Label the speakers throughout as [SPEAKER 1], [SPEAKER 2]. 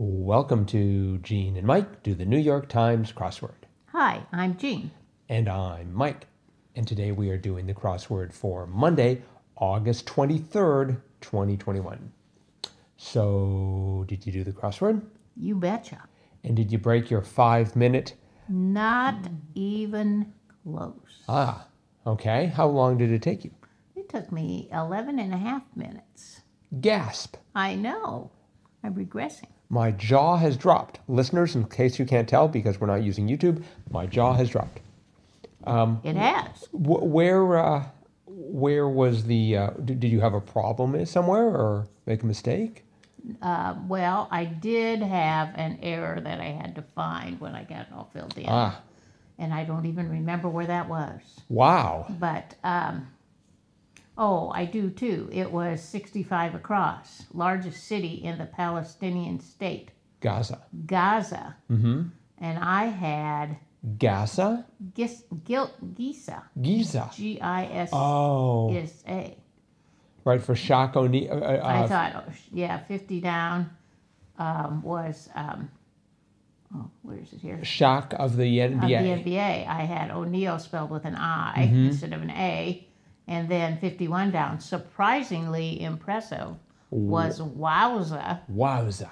[SPEAKER 1] Welcome to Gene and Mike do the New York Times crossword.
[SPEAKER 2] Hi, I'm Jean.
[SPEAKER 1] And I'm Mike. And today we are doing the crossword for Monday, August 23rd, 2021. So, did you do the crossword?
[SPEAKER 2] You betcha.
[SPEAKER 1] And did you break your five minute?
[SPEAKER 2] Not even close.
[SPEAKER 1] Ah, okay. How long did it take you?
[SPEAKER 2] It took me 11 and a half minutes.
[SPEAKER 1] Gasp.
[SPEAKER 2] I know. I'm regressing.
[SPEAKER 1] My jaw has dropped. Listeners, in case you can't tell because we're not using YouTube, my jaw has dropped.
[SPEAKER 2] It has.
[SPEAKER 1] Wh- where uh, where was the uh, d- did you have a problem somewhere or make a mistake
[SPEAKER 2] Uh, well, I did have an error that I had to find when I got it all filled in.
[SPEAKER 1] ah
[SPEAKER 2] And I don't even remember where that was.
[SPEAKER 1] wow
[SPEAKER 2] But, um, oh, I do too. It was 65 across, largest city in the Palestinian state,
[SPEAKER 1] gaza
[SPEAKER 2] Gaza. And I had
[SPEAKER 1] gaza
[SPEAKER 2] Gis, Gil, Gisa,
[SPEAKER 1] giza
[SPEAKER 2] G I S
[SPEAKER 1] oh
[SPEAKER 2] S A.
[SPEAKER 1] right for shock O'Ne- uh,
[SPEAKER 2] I
[SPEAKER 1] uh,
[SPEAKER 2] thought, oh, sh- yeah, 50 down um, was, um, oh, where is it here?
[SPEAKER 1] uh, shock of the
[SPEAKER 2] Uh,
[SPEAKER 1] nba
[SPEAKER 2] the NBA. I had O'Neill spelled with an I
[SPEAKER 1] Mm-hmm.
[SPEAKER 2] instead of an A. And then 51 down, surprisingly impressive, was Wowza.
[SPEAKER 1] wowza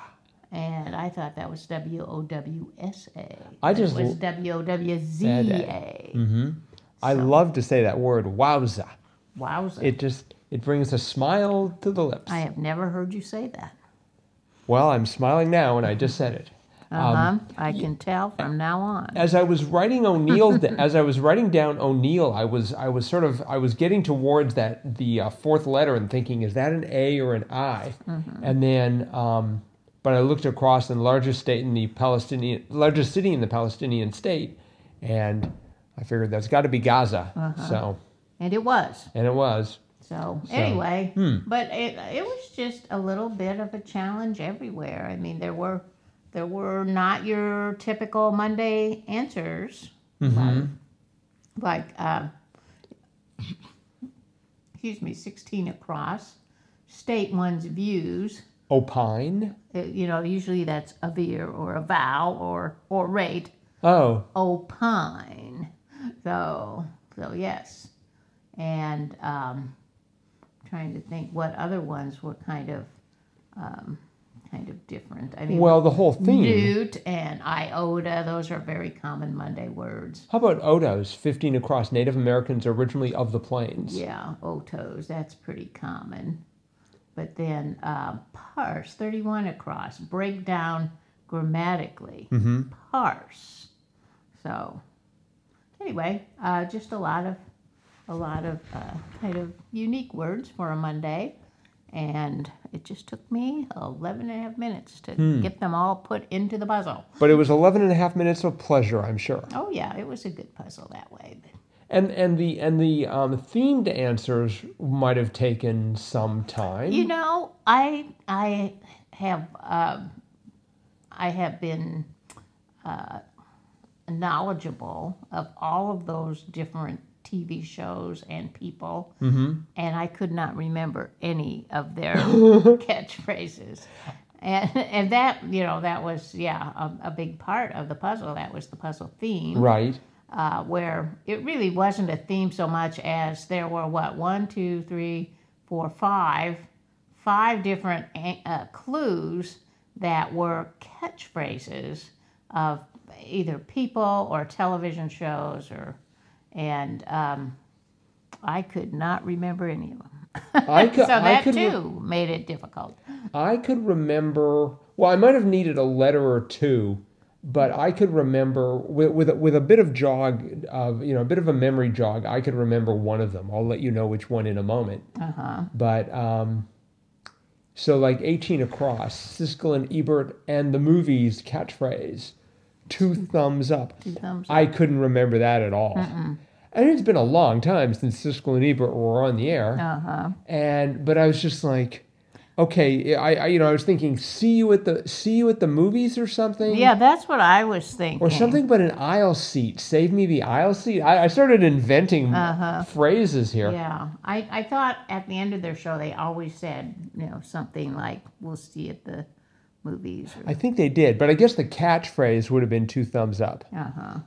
[SPEAKER 2] And I thought that was W O W S A.
[SPEAKER 1] I
[SPEAKER 2] But
[SPEAKER 1] just
[SPEAKER 2] It was
[SPEAKER 1] l-
[SPEAKER 2] W O W Z A.
[SPEAKER 1] i love to say that word wowza
[SPEAKER 2] Wowza.
[SPEAKER 1] it just it brings a smile to the lips
[SPEAKER 2] I have never heard you say that.
[SPEAKER 1] well i'm smiling now and i just said it
[SPEAKER 2] Uh-huh. I can tell from now on.
[SPEAKER 1] as I was writing O'Neill, as I was writing down O'Neill, I was I was sort of I was getting towards that the uh, fourth letter and thinking, is that an A or an I? And then, um, but I looked across and largest state in the Palestinian largest city in the Palestinian state, and I figured that's got to be Gaza. So
[SPEAKER 2] And it was.
[SPEAKER 1] and it was
[SPEAKER 2] So, anyway, but it, it was just a little bit of a challenge everywhere. I mean, there were there were not your typical Monday answers. Like, like um, excuse me, 16 across, state one's views.
[SPEAKER 1] opine.
[SPEAKER 2] Uh, You know, usually that's a veer or a vow or, or rate.
[SPEAKER 1] Oh,
[SPEAKER 2] opine. So, so yes. And um, trying to think what other ones were kind of, um, kind of different. I mean,
[SPEAKER 1] well, the whole theme.
[SPEAKER 2] newt and iota. Those are very common Monday words.
[SPEAKER 1] How about Odo's fifteen across Native Americans originally of the plains?
[SPEAKER 2] Yeah, otos. That's pretty common. But then um parse, thirty-one across. Break down grammatically. Parse. So anyway, uh, just a lot of a lot of uh, kind of unique words for a Monday. And it just took me 11 and a half minutes to get them all put into the puzzle.
[SPEAKER 1] But it was 11 and a half minutes of pleasure, I'm sure.
[SPEAKER 2] Oh, yeah, it was a good puzzle that way. But
[SPEAKER 1] And and the and the um, themed answers might have taken some time.
[SPEAKER 2] You know, I I have um, I have been uh, knowledgeable of all of those different TV shows and people, and I could not remember any of their catchphrases. And, and that you know that was yeah a, a big part of the puzzle that was the puzzle theme
[SPEAKER 1] Right.
[SPEAKER 2] uh, where it really wasn't a theme so much as there were what one, two, three, four, five, five different a- uh, clues that were catchphrases of either people or television shows or, and um, I could not remember any of them.
[SPEAKER 1] I could
[SPEAKER 2] So
[SPEAKER 1] I
[SPEAKER 2] that
[SPEAKER 1] could re-
[SPEAKER 2] too made it difficult.
[SPEAKER 1] I could remember well, I might have needed a letter or two, but I could remember with with a, with a bit of jog of you know, a bit of a memory jog, I could remember one of them. I'll let you know which one in a moment. Uh-huh. But um so like 18 across, Siskel and Ebert and the movies catchphrase, two thumbs up.
[SPEAKER 2] Thumbs
[SPEAKER 1] I couldn't remember that at all. And it's been a long time since Siskel and Ebert were on the air.
[SPEAKER 2] Uh-huh.
[SPEAKER 1] And but I was just like, okay, I, I you know I was thinking, see you at the see you at the movies or something.
[SPEAKER 2] Yeah, that's what I was thinking.
[SPEAKER 1] Or something but an aisle seat. Save me the aisle seat. I, I started inventing phrases here.
[SPEAKER 2] Uh-huh. Yeah, I, I thought at the end of their show they always said you know something like "We'll see at the movies.
[SPEAKER 1] I think they did, but I guess the catchphrase would have been two thumbs up.
[SPEAKER 2] Uh huh.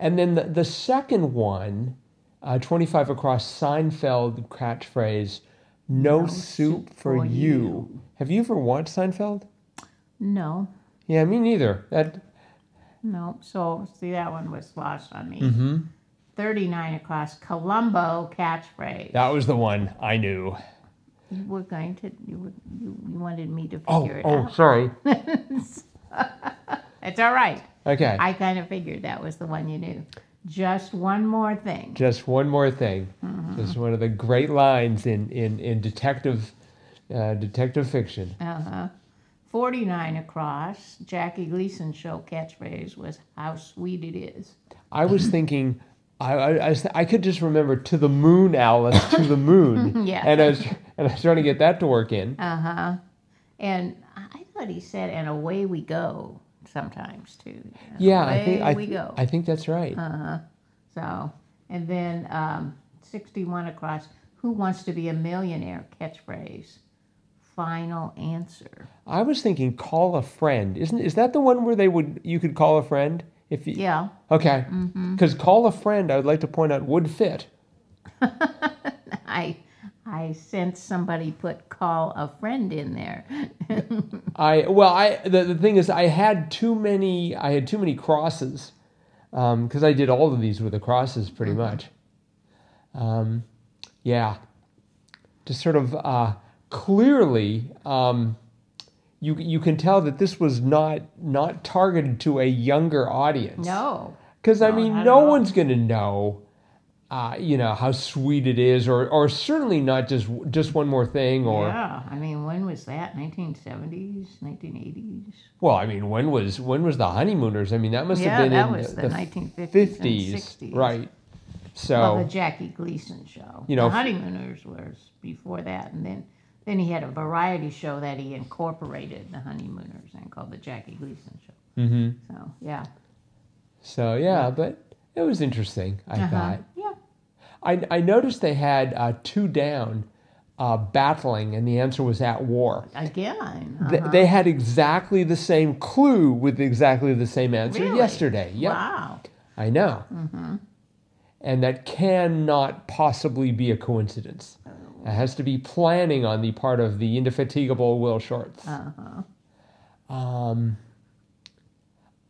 [SPEAKER 1] And then the, the second one, uh, 25 across Seinfeld catchphrase, no, soup, for, you. Have you ever watched Seinfeld?
[SPEAKER 2] No,
[SPEAKER 1] Yeah, me neither. That
[SPEAKER 2] no. So see, that one was lost on me.
[SPEAKER 1] Mm-hmm.
[SPEAKER 2] Thirty-nine across Colombo catchphrase.
[SPEAKER 1] that was the one I knew.
[SPEAKER 2] You were going to. You were, you, you wanted me to figure
[SPEAKER 1] Oh,
[SPEAKER 2] it
[SPEAKER 1] oh,
[SPEAKER 2] out.
[SPEAKER 1] sorry.
[SPEAKER 2] It's all right.
[SPEAKER 1] Okay.
[SPEAKER 2] I kind of figured that was the one you knew. Just one more thing.
[SPEAKER 1] Just one more thing.
[SPEAKER 2] Mm-hmm.
[SPEAKER 1] This is one of the great lines in in in detective uh, detective fiction.
[SPEAKER 2] Uh huh. 49 across, Jackie Gleason show catchphrase was How Sweet It Is.
[SPEAKER 1] I was thinking, I I, I, was- I could just remember to the moon, Alice, to the moon.
[SPEAKER 2] Yeah.
[SPEAKER 1] And I was and I was trying to get that to work in.
[SPEAKER 2] Uh huh. And I thought he said, And away we go sometimes too. And
[SPEAKER 1] yeah,
[SPEAKER 2] away
[SPEAKER 1] I think I,
[SPEAKER 2] we go. Uh.
[SPEAKER 1] I think that's right.
[SPEAKER 2] so, and then um, 61 across, Who Wants to Be a Millionaire catchphrase. Final answer.
[SPEAKER 1] I was thinking, call a friend. Isn't is that the one where they would you could call a friend if you?
[SPEAKER 2] Yeah. Mm-hmm.
[SPEAKER 1] Okay. Because call a friend, I would like to point out would fit.
[SPEAKER 2] I I sense somebody put call a friend in there.
[SPEAKER 1] I well, I the, the thing is, I had too many. I had too many crosses because I did all of these with the crosses pretty
[SPEAKER 2] Mm-hmm.
[SPEAKER 1] much. Um, yeah, just sort of uh, clearly, um, you you can tell that this was not not targeted to a younger audience.
[SPEAKER 2] no.
[SPEAKER 1] Because I
[SPEAKER 2] No,
[SPEAKER 1] mean,
[SPEAKER 2] not
[SPEAKER 1] no
[SPEAKER 2] at all.
[SPEAKER 1] one's going to know, uh, you know, how sweet it is, or or certainly not just just one more thing, or
[SPEAKER 2] yeah, I mean, when was that? 1970s, 1980s?
[SPEAKER 1] well, I mean, when was when was the honeymooners? I mean, that must
[SPEAKER 2] yeah,
[SPEAKER 1] have been
[SPEAKER 2] that
[SPEAKER 1] in
[SPEAKER 2] was the, 1950s,
[SPEAKER 1] fifties,
[SPEAKER 2] and 60s.
[SPEAKER 1] right?
[SPEAKER 2] Well, the
[SPEAKER 1] So
[SPEAKER 2] Jackie Gleason show.
[SPEAKER 1] Oh. You know,
[SPEAKER 2] the Honeymooners was before that, and then then he had a variety show that he incorporated the Honeymooners and called the Jackie Gleason show.
[SPEAKER 1] Mhm.
[SPEAKER 2] So yeah,
[SPEAKER 1] so yeah, but it was interesting. I thought
[SPEAKER 2] Uh-huh. yeah,
[SPEAKER 1] I I noticed they had uh, two down, uh, battling, and the answer was at war.
[SPEAKER 2] again.
[SPEAKER 1] Th-
[SPEAKER 2] uh-huh.
[SPEAKER 1] They had exactly the same clue with exactly the same answer
[SPEAKER 2] Really?
[SPEAKER 1] yesterday. Yep.
[SPEAKER 2] Wow.
[SPEAKER 1] I know. And that cannot possibly be a coincidence. It has to be planning on the part of the indefatigable Will Shorts. Um,
[SPEAKER 2] Uh huh.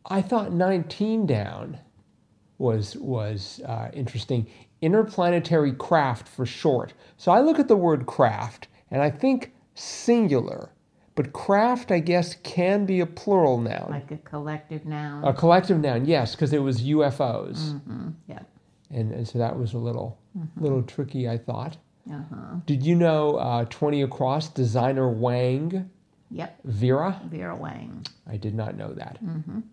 [SPEAKER 1] I thought 19 down was was uh, interesting. Interplanetary craft for short. So I look at the word craft and I think singular, but craft I guess can be a plural noun,
[SPEAKER 2] Like a collective noun.
[SPEAKER 1] a collective noun. Yes, because it was UFOs.
[SPEAKER 2] Yeah.
[SPEAKER 1] and, and so that was a little little tricky i thought
[SPEAKER 2] Uh huh.
[SPEAKER 1] did you know uh, 20 across designer wang
[SPEAKER 2] Yep.
[SPEAKER 1] vera
[SPEAKER 2] Vera Wang.
[SPEAKER 1] i did not know that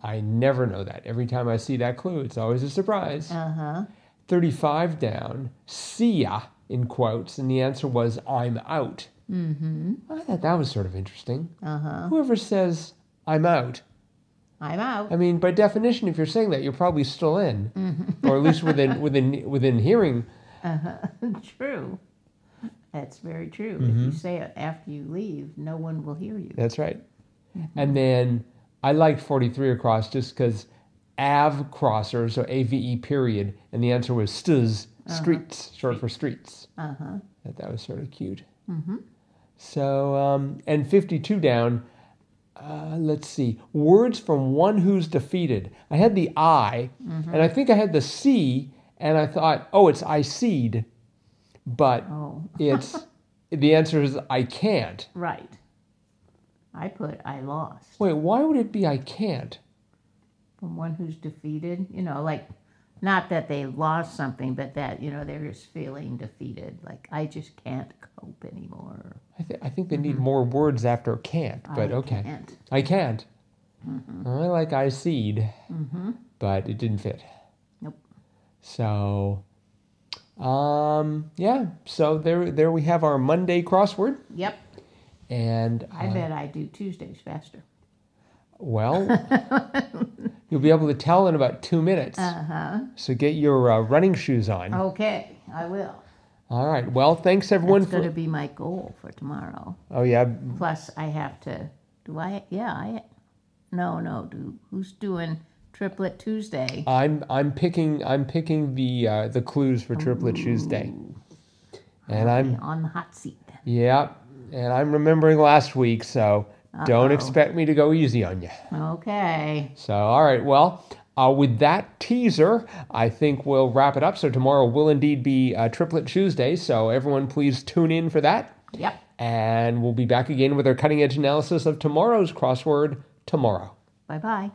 [SPEAKER 1] i never know that every time i see that clue it's always a surprise
[SPEAKER 2] Uh huh.
[SPEAKER 1] 35 down see ya in quotes and the answer was i'm out mm-hmm. i thought that was sort of interesting
[SPEAKER 2] Uh huh.
[SPEAKER 1] whoever says i'm out
[SPEAKER 2] I'm out.
[SPEAKER 1] i mean by definition if you're saying that you're probably still in or at least within within within hearing
[SPEAKER 2] true. That's very true. If
[SPEAKER 1] Mm-hmm.
[SPEAKER 2] you say it after you leave, no one will hear you.
[SPEAKER 1] That's right. And then I liked 43 across just because AV crosser, so AVE period, and the answer was STUS, streets, short for streets.
[SPEAKER 2] Uh huh.
[SPEAKER 1] That, that was sort of cute. Mm-hmm. So, um, and 52 down, uh, let's see, words from one who's defeated. I had the I, and I think I had the C, and I thought, oh, it's I seed, but
[SPEAKER 2] Oh,
[SPEAKER 1] it's the answer is I can't.
[SPEAKER 2] right. I put I lost
[SPEAKER 1] Wait, why would it be I can't?
[SPEAKER 2] from one who's defeated. You know, like not that they lost something, but that you know they're just feeling defeated. Like I just can't cope anymore.
[SPEAKER 1] I, th- I think they need more words after can't, but
[SPEAKER 2] Mm-hmm. I
[SPEAKER 1] okay.
[SPEAKER 2] can't. Mm-hmm.
[SPEAKER 1] I can't. I like I seed, but it didn't fit.
[SPEAKER 2] Nope.
[SPEAKER 1] So, um, yeah. So there, there we have our Monday crossword,
[SPEAKER 2] Yep.
[SPEAKER 1] and
[SPEAKER 2] I
[SPEAKER 1] uh,
[SPEAKER 2] bet I do Tuesdays faster.
[SPEAKER 1] well, you'll be able to tell in about two minutes.
[SPEAKER 2] Uh Oh. huh.
[SPEAKER 1] So get your uh, running shoes on.
[SPEAKER 2] Okay, I will.
[SPEAKER 1] All right. Well, thanks everyone
[SPEAKER 2] That's going
[SPEAKER 1] for.
[SPEAKER 2] to be my goal for tomorrow.
[SPEAKER 1] Oh yeah,
[SPEAKER 2] Plus, I have to Do I? Yeah, I. No, no. Do who's doing Triplet Tuesday?
[SPEAKER 1] I'm I'm picking I'm picking the uh, the clues for Triplet Tuesday, and I'm
[SPEAKER 2] on the hot seat. Then.
[SPEAKER 1] yeah, and I'm remembering last week, so don't
[SPEAKER 2] Uh-oh.
[SPEAKER 1] expect me to go easy on you.
[SPEAKER 2] Okay.
[SPEAKER 1] So all right, well. Uh, with that teaser, I think we'll wrap it up. So tomorrow will indeed be uh, Triplet Tuesday. So everyone, please tune in for that.
[SPEAKER 2] Yep.
[SPEAKER 1] And we'll be back again with our cutting edge analysis of tomorrow's crossword tomorrow.
[SPEAKER 2] Bye bye.